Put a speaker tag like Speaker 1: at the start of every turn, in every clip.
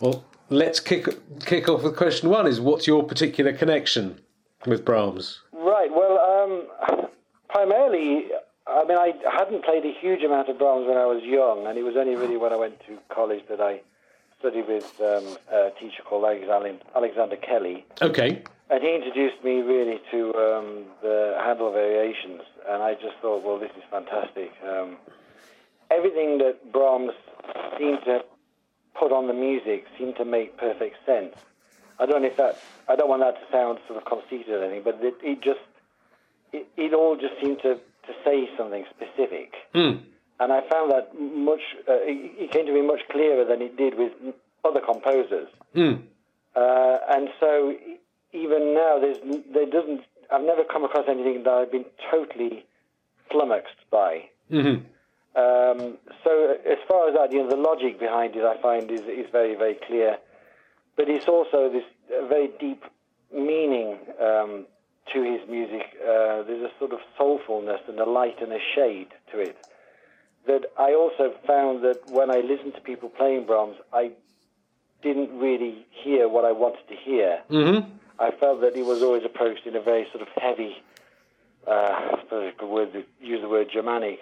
Speaker 1: Well, let's kick kick off with question one: Is what's your particular connection with Brahms?
Speaker 2: Right. Well, um, primarily, I mean, I hadn't played a huge amount of Brahms when I was young, and it was only really when I went to college that I studied with um, a teacher called Alex- Alexander Kelly,
Speaker 1: Okay,
Speaker 2: and he introduced me really to um, the Handel variations, and I just thought, well, this is fantastic. Um, everything that Brahms seemed to put on the music seemed to make perfect sense. I don't know if that. I don't want that to sound sort of conceited or anything, but it, it just it, it all just seemed to, to say something specific. And I found that much, uh, it, it came to me much clearer than it did with other composers.
Speaker 1: Hmm.
Speaker 2: Uh, and so e- even now, there's, n- there doesn't, I've never come across anything that I've been totally flummoxed by. Um, so as far as that, you know, the logic behind it, I find, is, is very, very clear. But it's also this uh, very deep meaning um, to his music. Uh, there's a sort of soulfulness and a light and a shade to it. That I also found that when I listened to people playing Brahms, I didn't really hear what I wanted to hear.
Speaker 1: Mhm.
Speaker 2: I felt that he was always approached in a very sort of heavy, uh, I suppose I could word, use the word Germanic.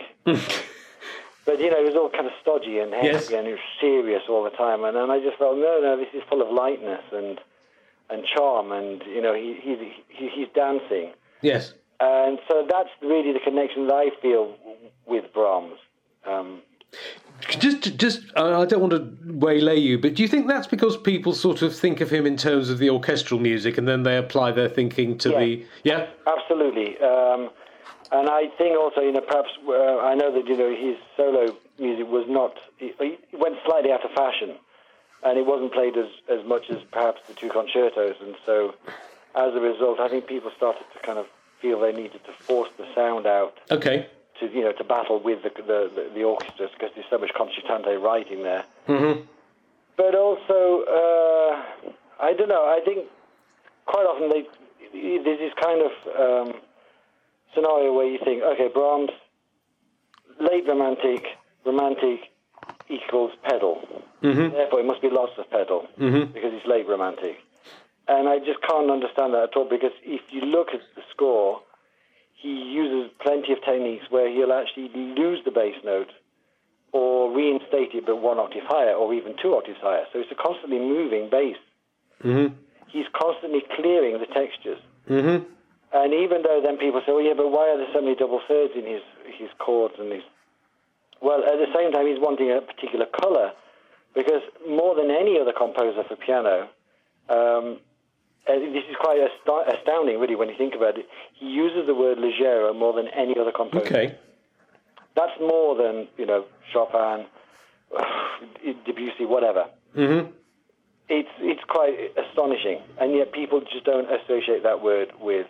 Speaker 2: But you know, it was all kind of stodgy and heavy,
Speaker 1: Yes.
Speaker 2: and it was serious all the time. And then I just felt, no, no, this is full of lightness and and charm, and you know, he, he, he he's dancing.
Speaker 1: yes.
Speaker 2: And so that's really the connection that I feel with Brahms. Um,
Speaker 1: Just, just, uh, I don't want to waylay you, but do you think that's because people sort of think of him in terms of the orchestral music, and then they apply their thinking to
Speaker 2: Yeah.
Speaker 1: the yeah?
Speaker 2: Absolutely. Um, and I think also, you know, perhaps uh, I know that you know his solo music was not. It, it went slightly out of fashion, and it wasn't played as as much as perhaps the two concertos. And so, as a result, I think people started to kind of feel they needed to force the sound out
Speaker 1: Okay,
Speaker 2: to you know to battle with the the, the, the orchestras because there's so much concertante writing there. But also, uh, I don't know. I think quite often they there's this kind of um, scenario where you think, okay, Brahms, late romantic, romantic equals pedal. Therefore, it must be lots of pedal because it's late romantic. And I just can't understand that at all because if you look at the score, he uses plenty of techniques where he'll actually lose the bass note or reinstate it but one octave higher or even two octaves higher. So it's a constantly moving bass. He's constantly clearing the textures. And even though then people say, well, yeah, but why are there so many double thirds in his, his chords and his. Well, at the same time, he's wanting a particular color because more than any other composer for piano, um, uh, this is quite asto- astounding, really, when you think about it. He uses the word leggero more than any other composer.
Speaker 1: okay,
Speaker 2: That's more than, you know, Chopin, Debussy, whatever. Mm-hmm. It's, it's quite astonishing, and yet people just don't associate that word with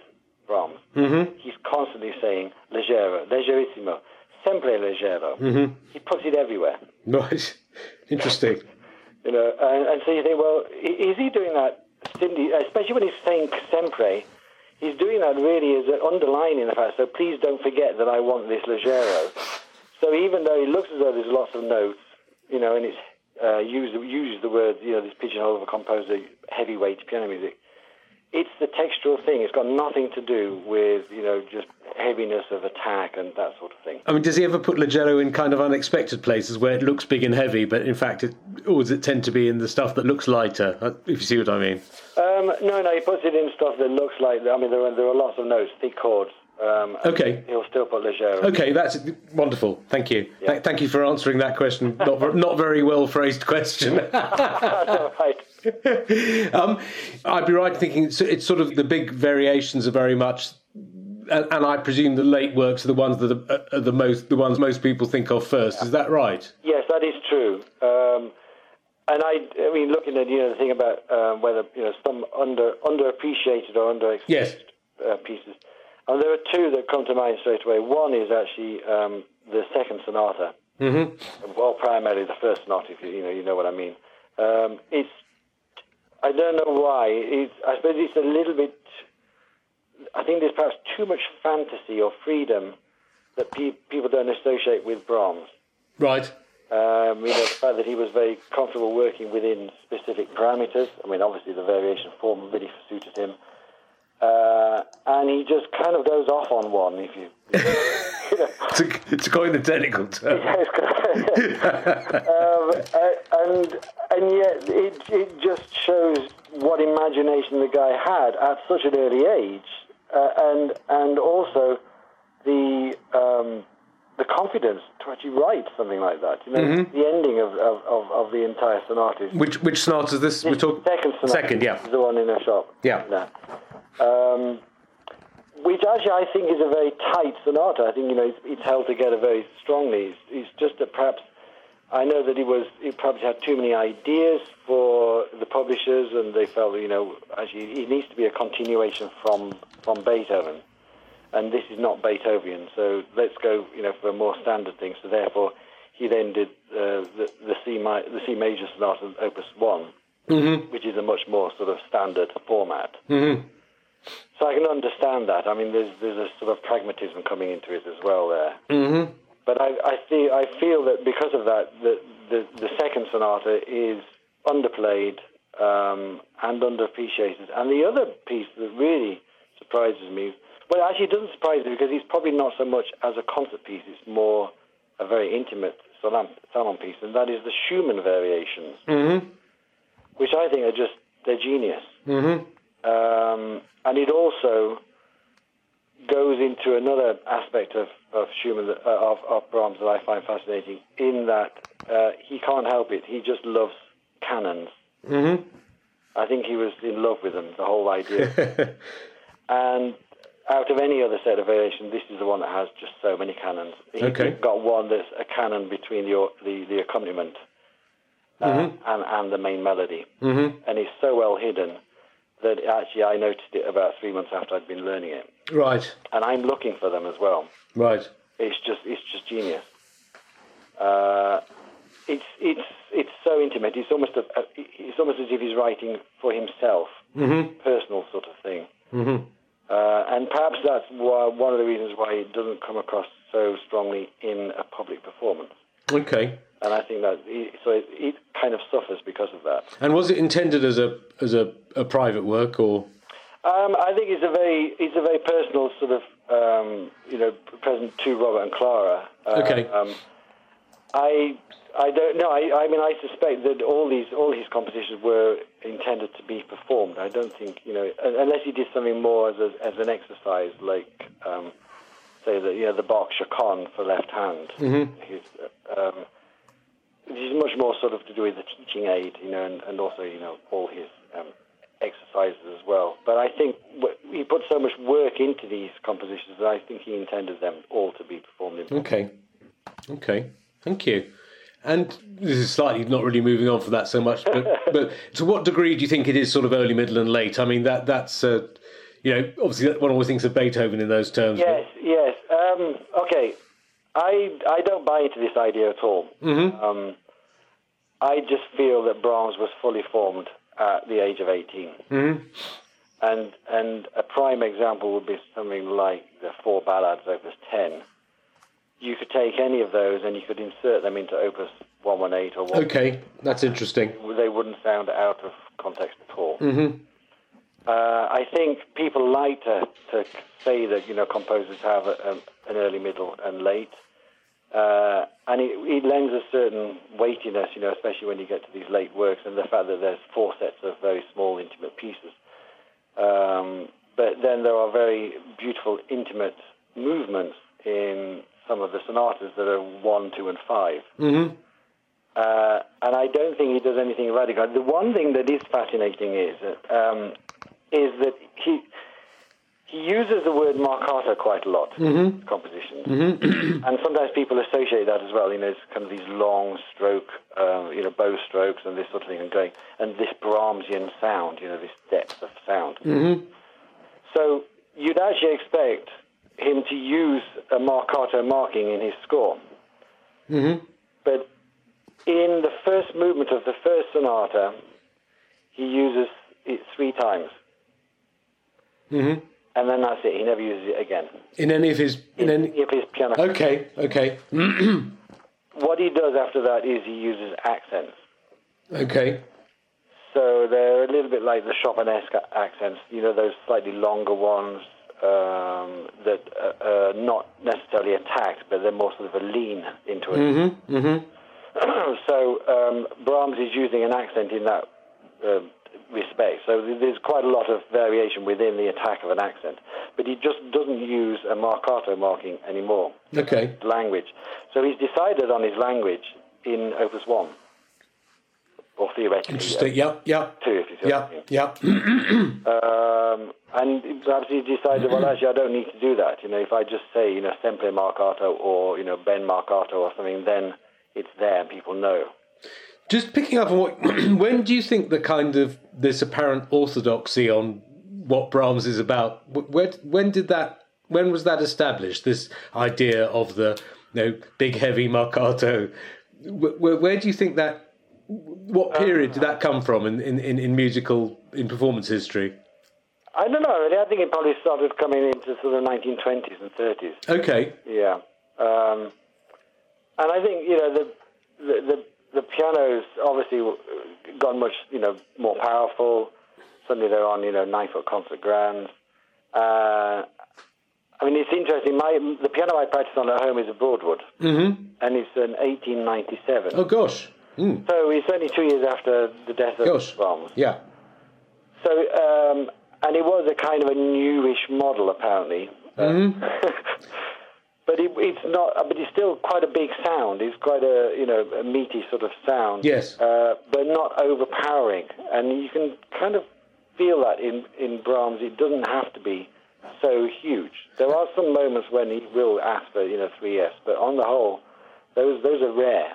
Speaker 2: Brahms. Mm-hmm. He's constantly saying leggero, leggerissimo, sempre leggero. He puts it everywhere.
Speaker 1: right, interesting.
Speaker 2: You know, and, and so you think, well, i- is he doing that? Simply, especially when he's saying sempre, he's doing that really as an underlining the fact. So please don't forget that I want this leggero. So even though it looks as though there's lots of notes, you know, and it's uh, use use the word, you know, this pigeonhole of a composer, heavyweight piano music. It's the textural thing. It's got nothing to do with you know just heaviness of attack and that sort of thing.
Speaker 1: I mean, does he ever put Leggero in kind of unexpected places where it looks big and heavy, but in fact, it, or does it tend to be in the stuff that looks lighter? uh, If you see what I mean.
Speaker 2: Um, no, no, he puts it in stuff that looks like. I mean, there are, there are lots of notes, thick chords. Um, and
Speaker 1: Okay.
Speaker 2: He'll still put Leggero.
Speaker 1: Okay, that's wonderful. Thank you. Th- thank you for answering that question. Not ver- not very well phrased question.
Speaker 2: right.
Speaker 1: um, I'd be right thinking it's, it's sort of the big variations are very much, and, and I presume the late works are the ones that are, are the most the ones most people think of first. Is that right?
Speaker 2: Yes, that is true. Um, and I, I mean, looking at you know the thing about um, whether you know some under underappreciated or underexploited
Speaker 1: Yes.
Speaker 2: uh, pieces, and there are two that come to mind straight away. One is actually um, the second sonata. Mm-hmm. Well, primarily the first sonata. If you, you know, you know what I mean. Um, it's I don't know why. It's, I suppose it's a little bit. I think there's perhaps too much fantasy or freedom that pe- people don't associate with Brahms
Speaker 1: Right.
Speaker 2: Um, you know, the fact that he was very comfortable working within specific parameters. I mean, obviously the variation form really suited him. Uh, and he just kind of goes off on one, if you... you know.
Speaker 1: To, to coin the technical term.
Speaker 2: um, uh, and and yet it it just shows what imagination the guy had at such an early age, uh, and and also the um, the confidence to actually write something like that. You know, the ending of, of, of, of the entire sonata. is-
Speaker 1: Which which sonata is this? We're
Speaker 2: This
Speaker 1: talking
Speaker 2: second sonata
Speaker 1: Second, yeah.
Speaker 2: is the one in a shop.
Speaker 1: Yeah.
Speaker 2: No. Um, which actually I think is a very tight sonata. I think you know it's, it's held together very strongly. It's, it's just that perhaps I know that it was it perhaps had too many ideas for the publishers, and they felt you know actually it needs to be a continuation from from Beethoven, and this is not Beethoven, so let's go you know for a more standard thing. So therefore. He then did uh, the, the, C mi- the C major sonata, Opus 1, which is a much more sort of standard format. So I can understand that. I mean, there's there's a sort of pragmatism coming into it as well there. Mm-hmm. But I I feel I feel that because of that, the the, the second sonata is underplayed um, and underappreciated. And the other piece that really surprises me, well, actually, it doesn't surprise me because it's probably not so much as a concert piece. It's more a very intimate salon, salon piece, and that is the Schumann variations which I think are just they're genius. Mm-hmm. Um, and it also goes into another aspect of of Schumann that, uh, of, of Brahms that I find fascinating, in that uh, he can't help it; he just loves cannons. Mm-hmm. I think he was in love with them, the whole idea. and out of any other set of variations, this is the one that has just so many cannons. He's
Speaker 1: Okay.
Speaker 2: got one that's a cannon between the or- the, the accompaniment uh, and, and the main melody. Mm-hmm. And it's so well hidden that actually I noticed it about three months after I'd been learning it.
Speaker 1: Right,
Speaker 2: And I'm looking for them as well.
Speaker 1: right.
Speaker 2: It's just it's just genius. Uh, it's it's it's so intimate. It's almost a, a, it's almost as if he's writing for himself, personal sort of thing. Uh, and perhaps that's why, one of the reasons why it doesn't come across so strongly in a public performance.
Speaker 1: Okay.
Speaker 2: And I think that it, so it, it kind of suffers because of that.
Speaker 1: And was it intended as a as a, a private work or?
Speaker 2: Um, I think it's a very it's a very personal sort of um, you know present to Robert and Clara. Uh,
Speaker 1: Okay.
Speaker 2: Um, I I don't know. I, I mean, I suspect that all these all his compositions were intended to be performed. I don't think you know un- unless he did something more as a, as an exercise, like um, say that you know the Bach Chaconne for left hand. His, uh, um, this is much more sort of to do with the teaching aid, you know, and, and also, you know, all his um, exercises as well. But I think w- he put so much work into these compositions that I think he intended them all to be performed in.
Speaker 1: Okay. Okay. Thank you. And this is slightly not really moving on from that so much, but, but to what degree do you think it is sort of early, middle, and late? I mean, that that's uh, you know obviously that one always thinks of Beethoven in those terms. but-
Speaker 2: Yes, yes. Um, okay, I I don't buy into this idea at all. Um, I just feel that Brahms was fully formed at the age of 18 and and a prime example would be something like the four ballads, Opus 10. You could take any of those and you could insert them into Opus 118 or 1.
Speaker 1: Okay, that's interesting.
Speaker 2: They wouldn't sound out of context at all. Uh, I think people like to, to say that you know composers have a, a, an early, middle, and late, uh, and it, it lends a certain weightiness, you know, especially when you get to these late works and the fact that there's four sets of very small, intimate pieces. Um, but then there are very beautiful, intimate movements in some of the sonatas that are one, two, and 5 Uh, and I don't think he does anything radical. The one thing that is fascinating is uh, um, is that he he uses the word marcato quite a lot in his compositions, and sometimes people associate that as well. You know, it's kind of these long stroke, um, you know, bow strokes and this sort of thing, and going and this Brahmsian sound. You know, this depth of sound. So you'd actually expect him to use a marcato marking in his score, but in the first movement of the first sonata, he uses it three times. And then that's it. He never uses it again.
Speaker 1: In any of his in any Mm.
Speaker 2: If his piano.
Speaker 1: okay okay
Speaker 2: what he does after that is he uses accents.
Speaker 1: Okay.
Speaker 2: So they're a little bit like the Chopin-esque accents, you know, those slightly longer ones um, that are uh, not necessarily attacked, but they're more sort of a lean into it.
Speaker 1: Mm-hmm. Mm-hmm.
Speaker 2: so um, Brahms is using an accent in that uh, respect. So th- there's quite a lot of variation within the attack of an accent, but he just doesn't use a marcato marking anymore.
Speaker 1: Okay.
Speaker 2: Language. So he's decided on his language in Opus One, or theoretically.
Speaker 1: Interesting. Yep. Yep.
Speaker 2: uh, Two, if you see what I
Speaker 1: Yep.
Speaker 2: mean.
Speaker 1: Yep.
Speaker 2: Um, and perhaps he decided, well, actually, I don't need to do that. You know, if I just say, you know, Semple Marcato or, you know, Ben Marcato or something, then it's there and people know.
Speaker 1: Just picking up on what, when do you think the kind of this apparent orthodoxy on what Brahms is about? wh- Where, when did that? When was that established? This idea of the you know, big heavy marcato. Wh- Where, where do you think that? What period did that come from in, in, in, in musical in performance history?
Speaker 2: I don't know, really. I think it probably started coming into sort of 1920s and 30s.
Speaker 1: Okay,
Speaker 2: Yeah. Um, and I think, you know, the, the, the, the piano's obviously gone much, you know, more powerful. Suddenly they're on, you know, nine-foot concert grand. Uh, I mean, it's interesting. My, the piano I practice on at home is a Broadwood. Mm-hmm. And it's an 1897.
Speaker 1: Oh gosh. Mm.
Speaker 2: So it's only two years after the death of
Speaker 1: Gosh.
Speaker 2: Brahms.
Speaker 1: Yeah.
Speaker 2: So, um, and it was a kind of a newish model, apparently. Uh,
Speaker 1: Hmm?
Speaker 2: but it, it's not. uh, But it's still quite a big sound. It's quite a you know a meaty sort of sound.
Speaker 1: Yes.
Speaker 2: Uh, but not overpowering, and you can kind of feel that in in Brahms. It doesn't have to be so huge. There are some moments when he will ask for you know three S, but on the whole, those those are rare.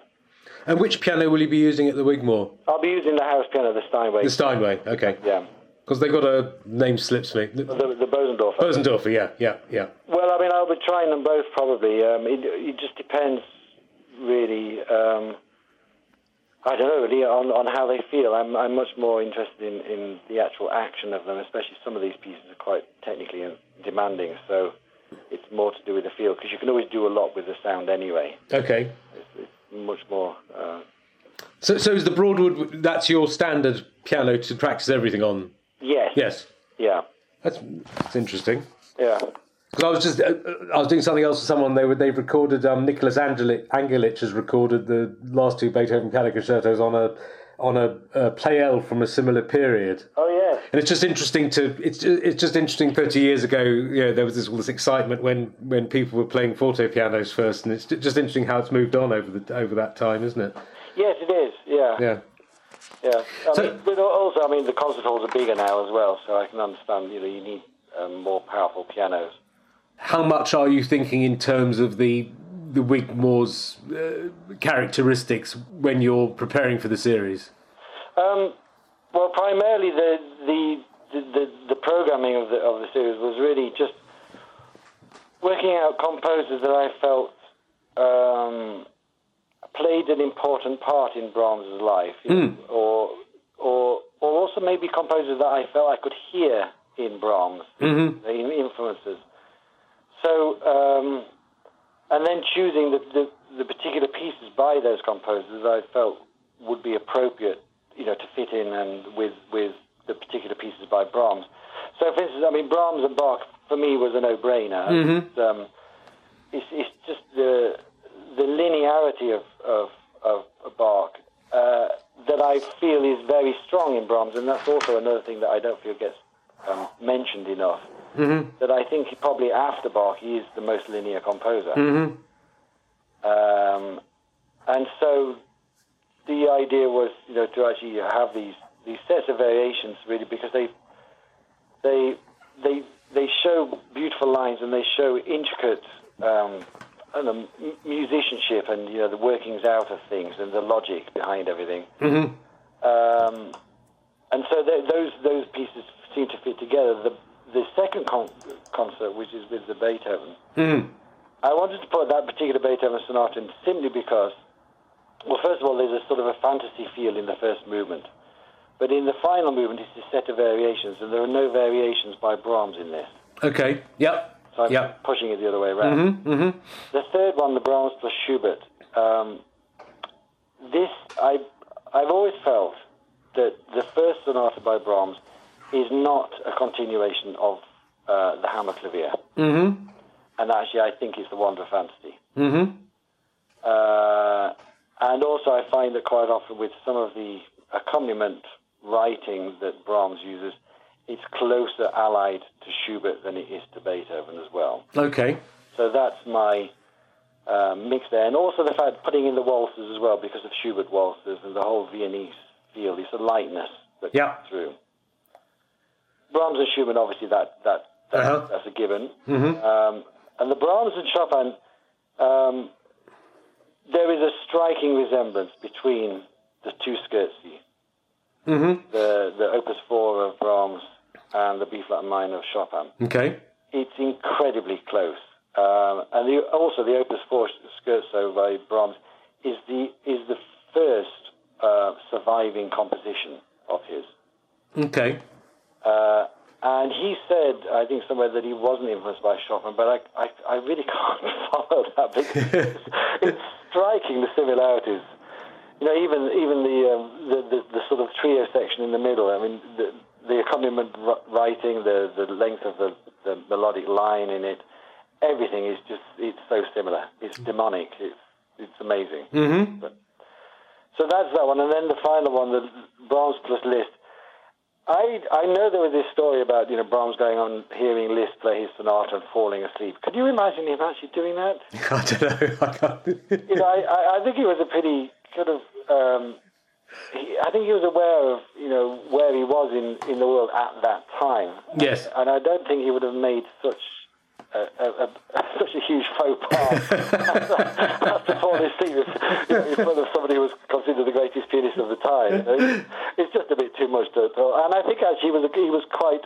Speaker 1: And which piano will you be using at the Wigmore?
Speaker 2: I'll be using the house piano, the Steinway.
Speaker 1: The Steinway. Okay.
Speaker 2: yeah.
Speaker 1: Because they got a name slips me.
Speaker 2: The, the Bosendorf.
Speaker 1: Bosendorfer. Yeah. Yeah. Yeah.
Speaker 2: Well, I mean, I'll be trying them both probably. Um, it, it just depends, really. Um, I don't know, really, on, on how they feel. I'm, I'm much more interested in, in the actual action of them, especially some of these pieces are quite technically and demanding, so it's more to do with the feel, because you can always do a lot with the sound anyway.
Speaker 1: Okay.
Speaker 2: It's, it's much more. Uh,
Speaker 1: So, so is the Broadwood? That's your standard piano to practice everything on.
Speaker 2: yes.
Speaker 1: Yes,
Speaker 2: Yeah.
Speaker 1: that's that's interesting.
Speaker 2: Yeah.
Speaker 1: Because I was just uh, uh, I was doing something else with someone. They were they've recorded um, Nicholas Angelic, Angelich has recorded the last two Beethoven piano concertos on a on a, a playel from a similar period.
Speaker 2: Oh, yes.
Speaker 1: And it's just interesting to it's ju- it's just interesting. Thirty years ago, you know, there was this all this excitement when when people were playing forte pianos first, and it's ju- just interesting how it's moved on over the over that time, isn't it?
Speaker 2: Yes, it is.
Speaker 1: Yeah.
Speaker 2: Yeah, I
Speaker 1: So-
Speaker 2: mean, but also, I mean, the concert halls are bigger now as well, so I can understand. You know, you need um, more powerful pianos.
Speaker 1: how much are you thinking in terms of the the Wigmore's uh, characteristics when you're preparing for the series?
Speaker 2: Um, well, primarily the the, the the the programming of the of the series was really just working out composers that I felt um, played an important part in Brahms' life, you know, or or or also maybe composers that I felt I could hear in Brahms, the in- influences. So. Um, and then choosing the, the, the particular pieces by those composers I felt would be appropriate, you know, to fit in and with with the particular pieces by Brahms. So, for instance, I mean, Brahms and Bach for me was a no-brainer. It's, um, it's, it's just the the linearity of of, of Bach uh, that I feel is very strong in Brahms, and that's also another thing that I don't feel gets um, mentioned enough. That I think he probably after Bach he is the most linear composer. Um, and so the idea was, you know, to actually have these, these sets of variations really because they they they they show beautiful lines and they show intricate um, I don't know, m- musicianship and you know the workings out of things and the logic behind everything. Um, and so th- those those pieces seem to fit together. The the second con- concert, which is with the Beethoven, I wanted to put that particular Beethoven sonata in simply because, well, first of all, there's a sort of a fantasy feel in the first movement. But in the final movement, it's a set of variations, and there are no variations by Brahms in this.
Speaker 1: Okay. Yep.
Speaker 2: So I'm
Speaker 1: Yep.
Speaker 2: pushing it the other way around. The third one, the Brahms plus Schubert, um, this I I've always felt that the first sonata by Brahms is not a continuation of uh, the Hammer Clavier,
Speaker 1: Mm-hmm.
Speaker 2: and actually I think it's the Wander Fantasy.
Speaker 1: Mm-hmm.
Speaker 2: Uh, and also, I find that quite often with some of the accompaniment writing that Brahms uses, it's closer allied to Schubert than it is to Beethoven as well.
Speaker 1: Okay.
Speaker 2: So that's my uh, mix there. And also the fact putting in the waltzes as well because of Schubert waltzes and the whole Viennese feel. It's a lightness that
Speaker 1: Yeah.
Speaker 2: comes through. Brahms and Schubert, obviously, that, that, that
Speaker 1: Uh-huh. Mm-hmm.
Speaker 2: that's a given. Um, and the Brahms and Chopin, um, there is a striking resemblance between the two scherzi,
Speaker 1: Mm-hmm.
Speaker 2: the, the Opus 4 of Brahms and the B-flat minor of Chopin
Speaker 1: Okay.
Speaker 2: it's incredibly close. Um, and the, also, the Opus 4 Scherzo by Brahms is the is the first uh, surviving composition of his.
Speaker 1: Okay.
Speaker 2: Uh, and he said, I think somewhere that he wasn't influenced by Chopin, but I I, I really can't follow that. But it's, it's striking the similarities. You know, even even the, um, the, the the sort of trio section in the middle. I mean, the the accompaniment wr- writing, the the length of the, the melodic line in it, everything is just it's so similar. It's demonic. It's it's amazing.
Speaker 1: Mm-hmm.
Speaker 2: So that's that one, and then the final one, the Brahms plus Liszt. I I know there was this story about you know Brahms going on hearing Liszt play his sonata and falling asleep. Could you imagine him actually doing that?
Speaker 1: I don't know. I can't.
Speaker 2: You know, I, I, I think he was a pretty sort of. Um, he, I think he was aware of you know where he was in, in the world at that time.
Speaker 1: Yes.
Speaker 2: and I don't think he would have made such a, a, a, such a huge faux pas after falling asleep in- in front of somebody who was considered the greatest pianist of the time. You know? It's just a bit too much. To, to- and I think actually he was, he was quite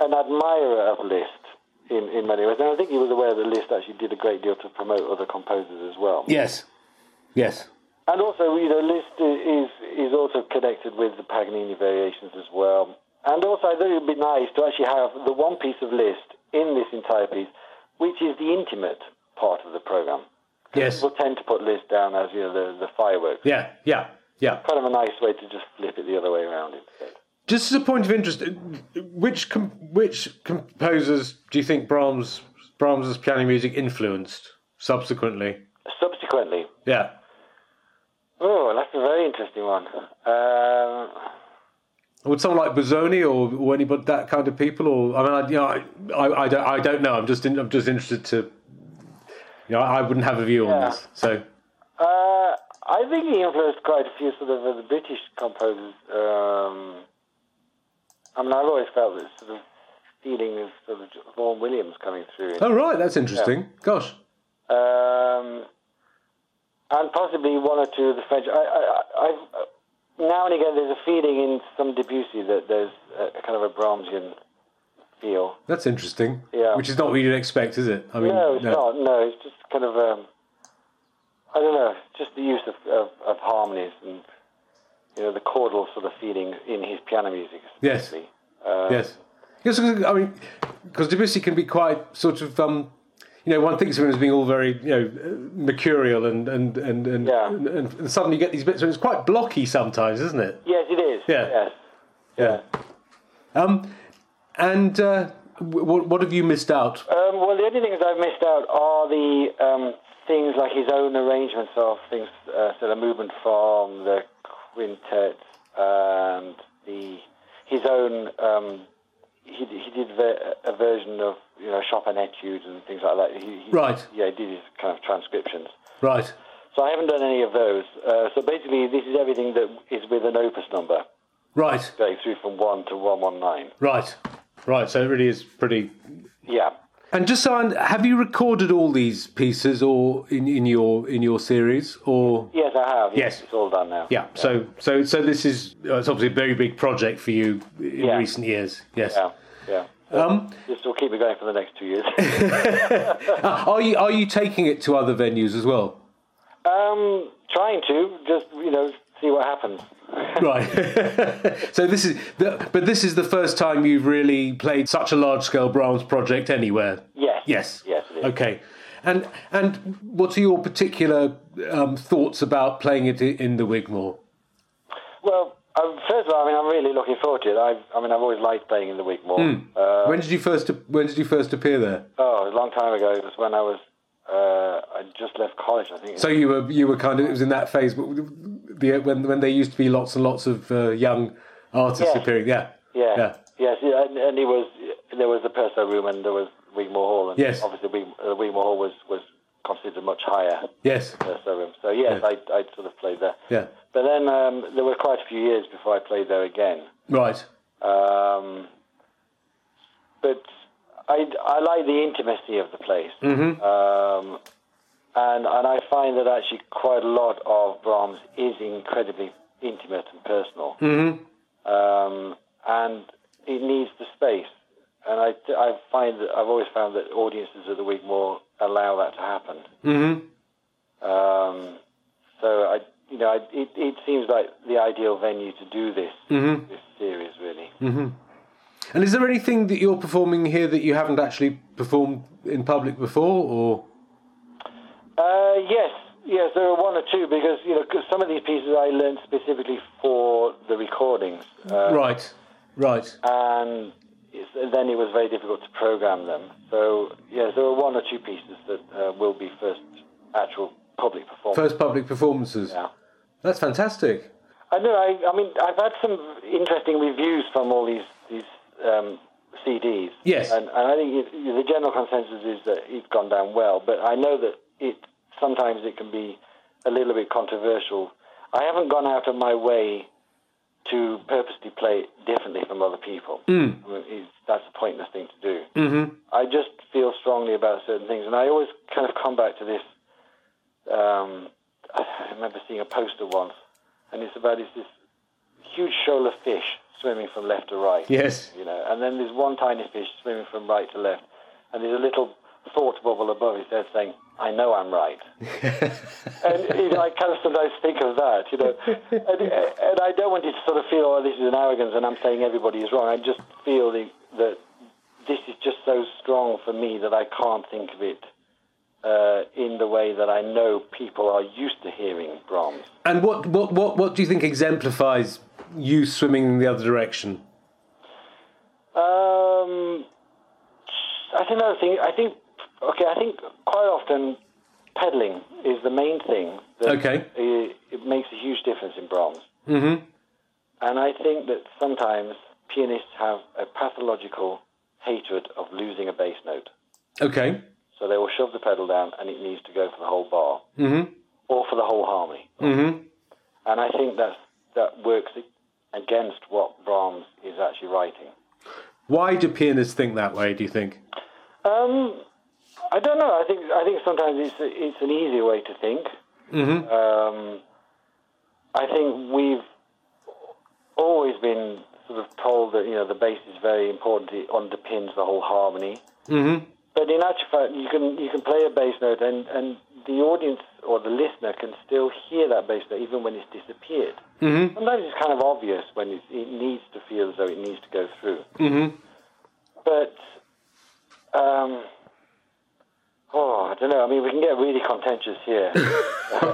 Speaker 2: an admirer of Liszt in, in many ways. And I think he was aware that Liszt actually did a great deal to promote other composers as well.
Speaker 1: Yes. Yes.
Speaker 2: And also, you know, Liszt is is also connected with the Paganini variations as well. And also, I thought it would be nice to actually have the one piece of Liszt in this entire piece, which is the intimate part of the program.
Speaker 1: Yes.
Speaker 2: We'll tend to put Liszt down as you know the, the fireworks.
Speaker 1: Yeah. Yeah. Yeah.
Speaker 2: Kind of a nice way to just flip it the other way around instead.
Speaker 1: Just as a point of interest, uh, which com- which composers do you think Brahms Brahms's piano music influenced subsequently?
Speaker 2: Subsequently,
Speaker 1: Yeah.
Speaker 2: oh, that's a very interesting one. Um,
Speaker 1: Would someone like Bozzoni or, or anybody that kind of people, or I mean, I, you know, I, I, I don't, I don't know. I'm just, in, I'm just interested to, you know, I wouldn't have a view on
Speaker 2: Yeah.
Speaker 1: this. So,
Speaker 2: Uh, I think he influenced quite a few sort of uh, the British composers. Um, I mean, I've always felt this sort of feeling of sort of Vaughan Williams coming through.
Speaker 1: oh right, that's interesting. Gosh,
Speaker 2: Um, and possibly one or two of the French. I, I, I, I've, uh, now and again, there's a feeling in some Debussy that there's a, a kind of a Brahmsian feel.
Speaker 1: that's interesting.
Speaker 2: Yeah.
Speaker 1: Which is not what you'd expect, is it? I mean,
Speaker 2: No, it's not. No, it's just kind of um, I don't know, just the use of, of, of harmonies and you know the chordal sort of feeling in his piano music.
Speaker 1: Yes.
Speaker 2: especially. Uh,
Speaker 1: Yes. Yes, 'cause, I mean, because Debussy can be quite sort of, um, you know, one thinks of him as being all very, you know, uh, mercurial and and and and,
Speaker 2: Yeah.
Speaker 1: and, and suddenly you get these bits where it's quite blocky sometimes, isn't it?
Speaker 2: Yes, it is.
Speaker 1: Yeah.
Speaker 2: Yes.
Speaker 1: Yeah. Um, and uh, what what have you missed out?
Speaker 2: Um, well, the only things I've missed out are the um, things like his own arrangements of things, uh, so the movement from the quintet and the his own. Um, he, he did the, a version of you know Chopin etudes and things like that. He, he,
Speaker 1: Right.
Speaker 2: Yeah, he did his kind of transcriptions.
Speaker 1: Right.
Speaker 2: So I haven't done any of those. Uh, so basically, this is everything that is with an opus number
Speaker 1: Right.
Speaker 2: going through from one to one one nine.
Speaker 1: Right. Right. So it really is pretty.
Speaker 2: Yeah.
Speaker 1: And just so I, have you recorded all these pieces or in, in your in your series or
Speaker 2: Yes, I have.
Speaker 1: Yes.
Speaker 2: It's all done now.
Speaker 1: Yeah. So so so this is uh, it's obviously a very big project for you in
Speaker 2: Yeah.
Speaker 1: recent years. Yes.
Speaker 2: Yeah. Yeah.
Speaker 1: Um,
Speaker 2: This will keep me going for the next two years.
Speaker 1: Uh, are you are you taking it to other venues as well?
Speaker 2: um, trying to just you know see what happens.
Speaker 1: Right. so this is the, but this is the first time you've really played such a large scale Brahms project anywhere.
Speaker 2: Yes.
Speaker 1: Yes.
Speaker 2: Yes. It is.
Speaker 1: Okay. And and what are your particular um, thoughts about playing it i- in the Wigmore?
Speaker 2: Well, um, first of all, I mean, I'm really looking forward to it. I've, I mean, I've always liked playing in the Wigmore.
Speaker 1: Hmm.
Speaker 2: Uh,
Speaker 1: When did you first When did you first appear there?
Speaker 2: oh, a long time ago, it was when I was, uh, I just left college, I think.
Speaker 1: So you were you were kind of it was in that phase, but the, when when there used to be lots and lots of uh, young artists
Speaker 2: Yeah.
Speaker 1: appearing. Yeah.
Speaker 2: yeah.
Speaker 1: Yeah.
Speaker 2: Yes, yeah, and, and it was, there was the Perso Room and there was Wigmore Hall. And
Speaker 1: Yes.
Speaker 2: Obviously, Wig, uh, Wigmore Hall was, was considered much higher
Speaker 1: Yes.
Speaker 2: than Perso Room. So, yes,
Speaker 1: Yeah.
Speaker 2: I, I sort of played there.
Speaker 1: Yeah.
Speaker 2: But then um, there were quite a few years before I played there again.
Speaker 1: Right.
Speaker 2: Um, but I, I like the intimacy of the place. Um, and, and I find that actually quite a lot of Brahms is incredibly intimate and personal. Um, and it needs the space. And I, I find that I've always found that audiences at the Wigmore allow that to happen. Um, so I, you know, I, it, it seems like the ideal venue to do this this series really.
Speaker 1: And is there anything that you're performing here that you haven't actually performed in public before, or
Speaker 2: Uh, yes, yes, there are one or two because you know 'cause some of these pieces I learned specifically for the recordings, uh,
Speaker 1: right, right?
Speaker 2: and it's- then it was very difficult to program them. So yes, there are one or two pieces that uh, will be first actual public performance.
Speaker 1: First public performances.
Speaker 2: Yeah.
Speaker 1: That's fantastic.
Speaker 2: I know. I, I mean, I've had some interesting reviews from all these these um, CDs.
Speaker 1: Yes.
Speaker 2: And, and I think it, the general consensus is that it's gone down well. But I know that it sometimes it can be a little bit controversial. I haven't gone out of my way to purposely play it differently from other people. I mean, it's, that's a pointless thing to do. Mm-hmm. I just feel strongly about certain things, and I always kind of come back to this um, I remember seeing a poster once, and it's about it's this huge shoal of fish swimming from left to right.
Speaker 1: Yes.
Speaker 2: You know, and then there's one tiny fish swimming from right to left, and there's a little thought bubble above it there saying, "I know I'm right." and you know, I kind of sometimes think of that, you know, and, and I don't want you to sort of feel, "Oh, this is an arrogance," and I'm saying everybody is wrong. I just feel the, that this is just so strong for me that I can't think of it uh, in the way that I know people are used to hearing Brahms.
Speaker 1: And what, what, what, what do you think exemplifies you swimming in the other direction?
Speaker 2: Um, I think another thing. I think okay. I think quite often pedaling is the main thing. That
Speaker 1: Okay.
Speaker 2: It, it makes a huge difference in Brahms. Mm-hmm. And I think that sometimes pianists have a pathological hatred of losing a bass note.
Speaker 1: Okay.
Speaker 2: So they will shove the pedal down, and it needs to go for the whole bar, or for the whole harmony. And I think that's, that works against what Brahms is actually writing.
Speaker 1: Why do pianists think that way, do you think?
Speaker 2: Um, I don't know. I think I think sometimes it's it's an easier way to think. Um, I think we've always been sort of told that you know the bass is very important. It underpins the whole harmony. But in actual fact, you can you can play a bass note and and the audience or the listener can still hear that bass note even when it's disappeared. Sometimes it's kind of obvious when it, it needs to feel as though it needs to go through. But um, oh, I don't know. I mean, we can get really contentious here.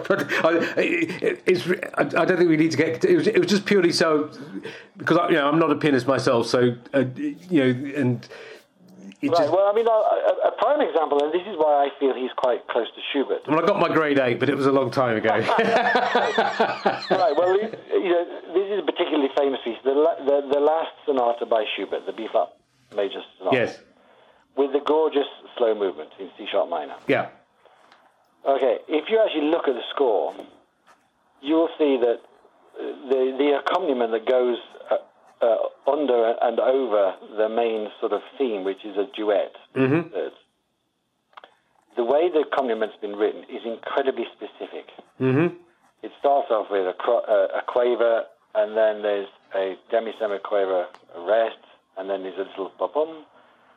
Speaker 1: But I, it- it's, I I don't think we need to get. It was, it was just purely so because I, you know I'm not a pianist myself, so uh, you know, and it
Speaker 2: right.
Speaker 1: just.
Speaker 2: Well, I mean, a, a- a prime example, and this is why I feel he's quite close to Schubert.
Speaker 1: Well, I got my grade eight, but it was a long time ago.
Speaker 2: right. Well, you you know, this is a particularly famous piece, the la- the, the last sonata by Schubert, the B flat major sonata,
Speaker 1: yes.
Speaker 2: with the gorgeous slow movement in C sharp minor.
Speaker 1: Yeah.
Speaker 2: Okay, if you actually look at the score, you will see that uh, the the accompaniment that goes uh, uh, under and over the main sort of theme, which is a duet, uh, the way the accompaniment has been written is incredibly specific. It starts off with a, cro- uh, a quaver, and then there's a demi semiquaver rest, and then there's a little bum,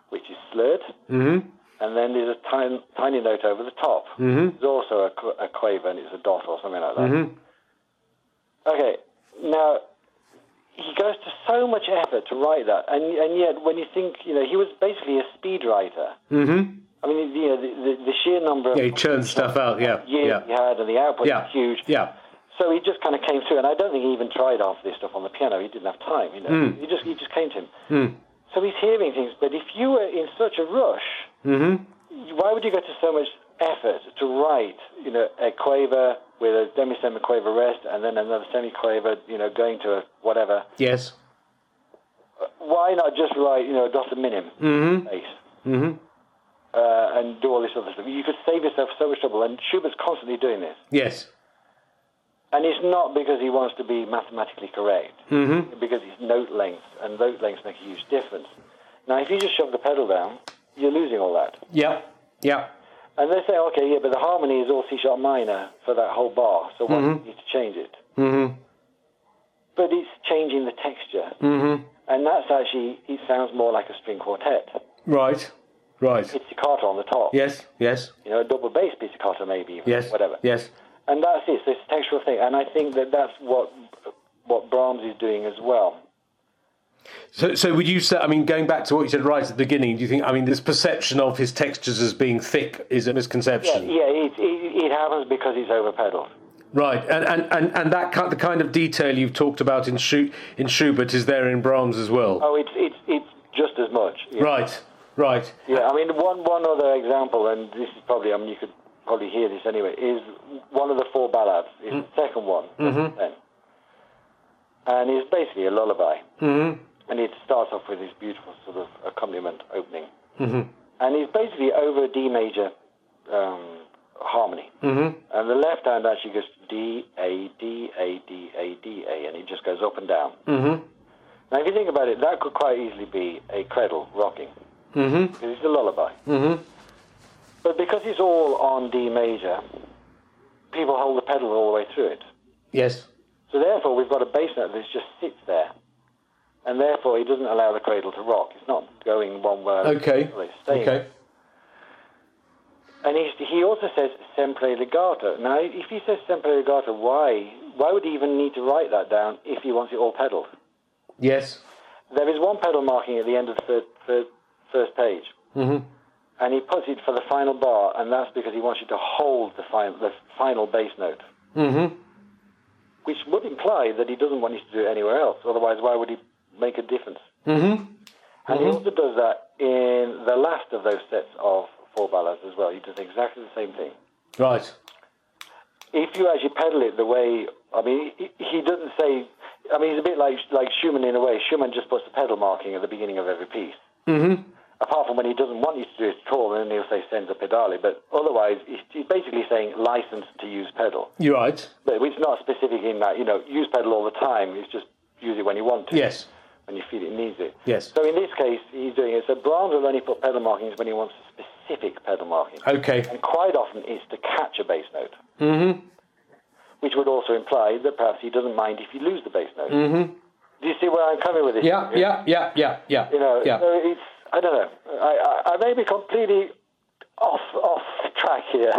Speaker 2: which is slurred
Speaker 1: Mm-hmm.
Speaker 2: and then there's a tiny, tiny note over the top.
Speaker 1: Mm-hmm.
Speaker 2: There's also a, qu- a quaver and it's a dot or something like that. Okay, now he goes to so much effort to write that, and and yet when you think, you know, he was basically a speed writer. I mean, you know, the, the, the sheer number of
Speaker 1: Mm-hmm. Yeah, he churns stuff out. Yeah,
Speaker 2: years
Speaker 1: yeah,
Speaker 2: he had and the output
Speaker 1: yeah,
Speaker 2: was huge.
Speaker 1: yeah.
Speaker 2: So he just kind of came through, and I don't think he even tried half this stuff on the piano. He didn't have time, you know. He just he just came to him. So he's hearing things, but if you were in such a rush, mm-hmm. why would you go to so much effort to write, you know, a quaver with a demi-semiquaver rest and then another semiquaver, you know, going to a whatever?
Speaker 1: Yes.
Speaker 2: Why not just write, you know, a dotted minim bass? Uh, and do all this other stuff. You could save yourself so much trouble, and Schubert's constantly doing this.
Speaker 1: Yes.
Speaker 2: And it's not because he wants to be mathematically correct, mm-hmm. because it's note length, and note lengths make a huge difference. Now, if you just shove the pedal down, you're losing all that.
Speaker 1: Yeah. Yeah.
Speaker 2: And they say, okay, yeah, but the harmony is all C sharp minor for that whole bar, so why do you need to change it? Mm-hmm. But it's changing the texture. Mm-hmm. And that's actually, it sounds more like a string quartet.
Speaker 1: Right. Right.
Speaker 2: It's staccato on the top.
Speaker 1: Yes. Yes.
Speaker 2: You know, a double bass piece staccato maybe, even,
Speaker 1: Yes.
Speaker 2: whatever.
Speaker 1: Yes.
Speaker 2: and that's it. It's a textual thing, and I think that that's what what Brahms is doing as well.
Speaker 1: So, so would you say? I mean, going back to what you said right at the beginning, do you think? I mean, this perception of his textures as being thick is a
Speaker 2: Yeah,
Speaker 1: misconception,
Speaker 2: yeah it, it, it happens because he's overpedaled.
Speaker 1: right? And and, and, and that kind, the kind of detail you've talked about in Schu- in Schubert is there in Brahms as well,
Speaker 2: Oh, it's it's it's just as much. Yeah.
Speaker 1: right? Right.
Speaker 2: Yeah, I mean one one other example, and this is probably I mean you could probably hear this anyway. Is one of the four ballads is the second one, then. and it's basically a lullaby, and it starts off with this beautiful sort of accompaniment opening, and it's basically over a D major um, harmony, and the left hand actually goes D A D A D A D A, and it just goes up and down. Now, if you think about it, that could quite easily be a cradle rocking. Mm-hmm. It's a lullaby. Mm-hmm. But because it's all on D major, people hold the pedal all the way through it.
Speaker 1: Yes.
Speaker 2: So therefore, we've got a bass note that just sits there, and therefore it doesn't allow the cradle to rock. It's not going one way. or
Speaker 1: Okay.
Speaker 2: the other, it's staying.
Speaker 1: Okay.
Speaker 2: And he, he also says sempre legato. Now, if he says sempre legato, why why would he even need to write that down if he wants it all pedaled?
Speaker 1: Yes.
Speaker 2: There is one pedal marking at the end of the third, third, first page, mm-hmm. and he puts it for the final bar, and that's because he wants you to hold the, fin- the final bass note, mm-hmm. which would imply that he doesn't want you to do it anywhere else. Otherwise, why would he make a difference? Mm-hmm. And he also does that in the last of those sets of four ballads as well. He does exactly the same thing
Speaker 1: Right.
Speaker 2: if you actually pedal it the way, I mean, he, he doesn't say. I mean, he's a bit like like Schumann in a way. Schumann just puts the pedal marking at the beginning of every piece. Mm-hmm. Apart from when he doesn't want you to do it at all, then he'll say senza pedale. But otherwise, he's he's basically saying license to use pedal.
Speaker 1: You're right.
Speaker 2: But it's not specific in that you know use pedal all the time. It's just use it when you want to.
Speaker 1: Yes.
Speaker 2: When you feel it needs it.
Speaker 1: Yes.
Speaker 2: So in this case, he's doing it. So Brahms will only put pedal markings when he wants a specific pedal marking
Speaker 1: Okay.
Speaker 2: and quite often it's to catch a bass note. Mm-hmm. Which would also imply that perhaps he doesn't mind if you lose the bass note. Mm-hmm. Do you see where I'm coming with this?
Speaker 1: Yeah. Yeah. Yeah. Yeah. Yeah.
Speaker 2: You know, uh,
Speaker 1: yeah.
Speaker 2: so it's I don't know. I, I, I may be completely off off track here,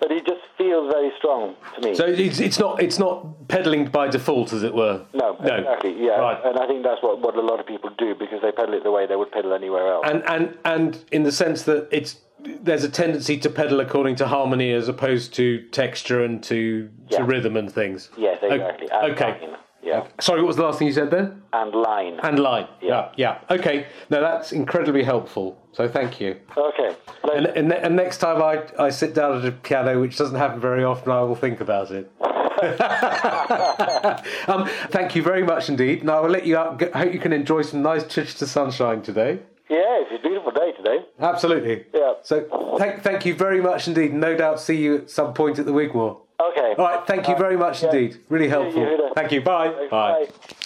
Speaker 2: but it just feels very strong to me.
Speaker 1: So it's, it's not it's not peddling by default, as it were.
Speaker 2: no,
Speaker 1: no,
Speaker 2: exactly. Yeah,
Speaker 1: Right.
Speaker 2: and I think that's what, what a lot of people do because they pedal it the way they would pedal anywhere else.
Speaker 1: and and and in the sense that it's there's a tendency to pedal according to harmony as opposed to texture and to to
Speaker 2: Yeah.
Speaker 1: rhythm and things.
Speaker 2: yes,
Speaker 1: O-
Speaker 2: exactly. And
Speaker 1: okay.
Speaker 2: line. Yeah,
Speaker 1: Sorry, what was the last thing you said then?
Speaker 2: and line.
Speaker 1: And line.
Speaker 2: Yeah.
Speaker 1: Yeah. yeah. Okay. No, that's incredibly helpful. So thank you.
Speaker 2: okay. Let's-
Speaker 1: And, and, and next time I, I sit down at a piano, which doesn't happen very often, I will think about it. um, thank you very much indeed. And I will let you out. I hope you can enjoy some nice Chichester sunshine today.
Speaker 2: yeah, it's a beautiful day today.
Speaker 1: Absolutely.
Speaker 2: Yeah.
Speaker 1: So thank thank you very much indeed. No doubt see you at some point at the Wigmore.
Speaker 2: Okay.
Speaker 1: All right, thank you very much
Speaker 2: Yeah.
Speaker 1: indeed. Really
Speaker 2: you,
Speaker 1: helpful.
Speaker 2: Huda.
Speaker 1: Thank you. Bye. Bye.
Speaker 2: Bye.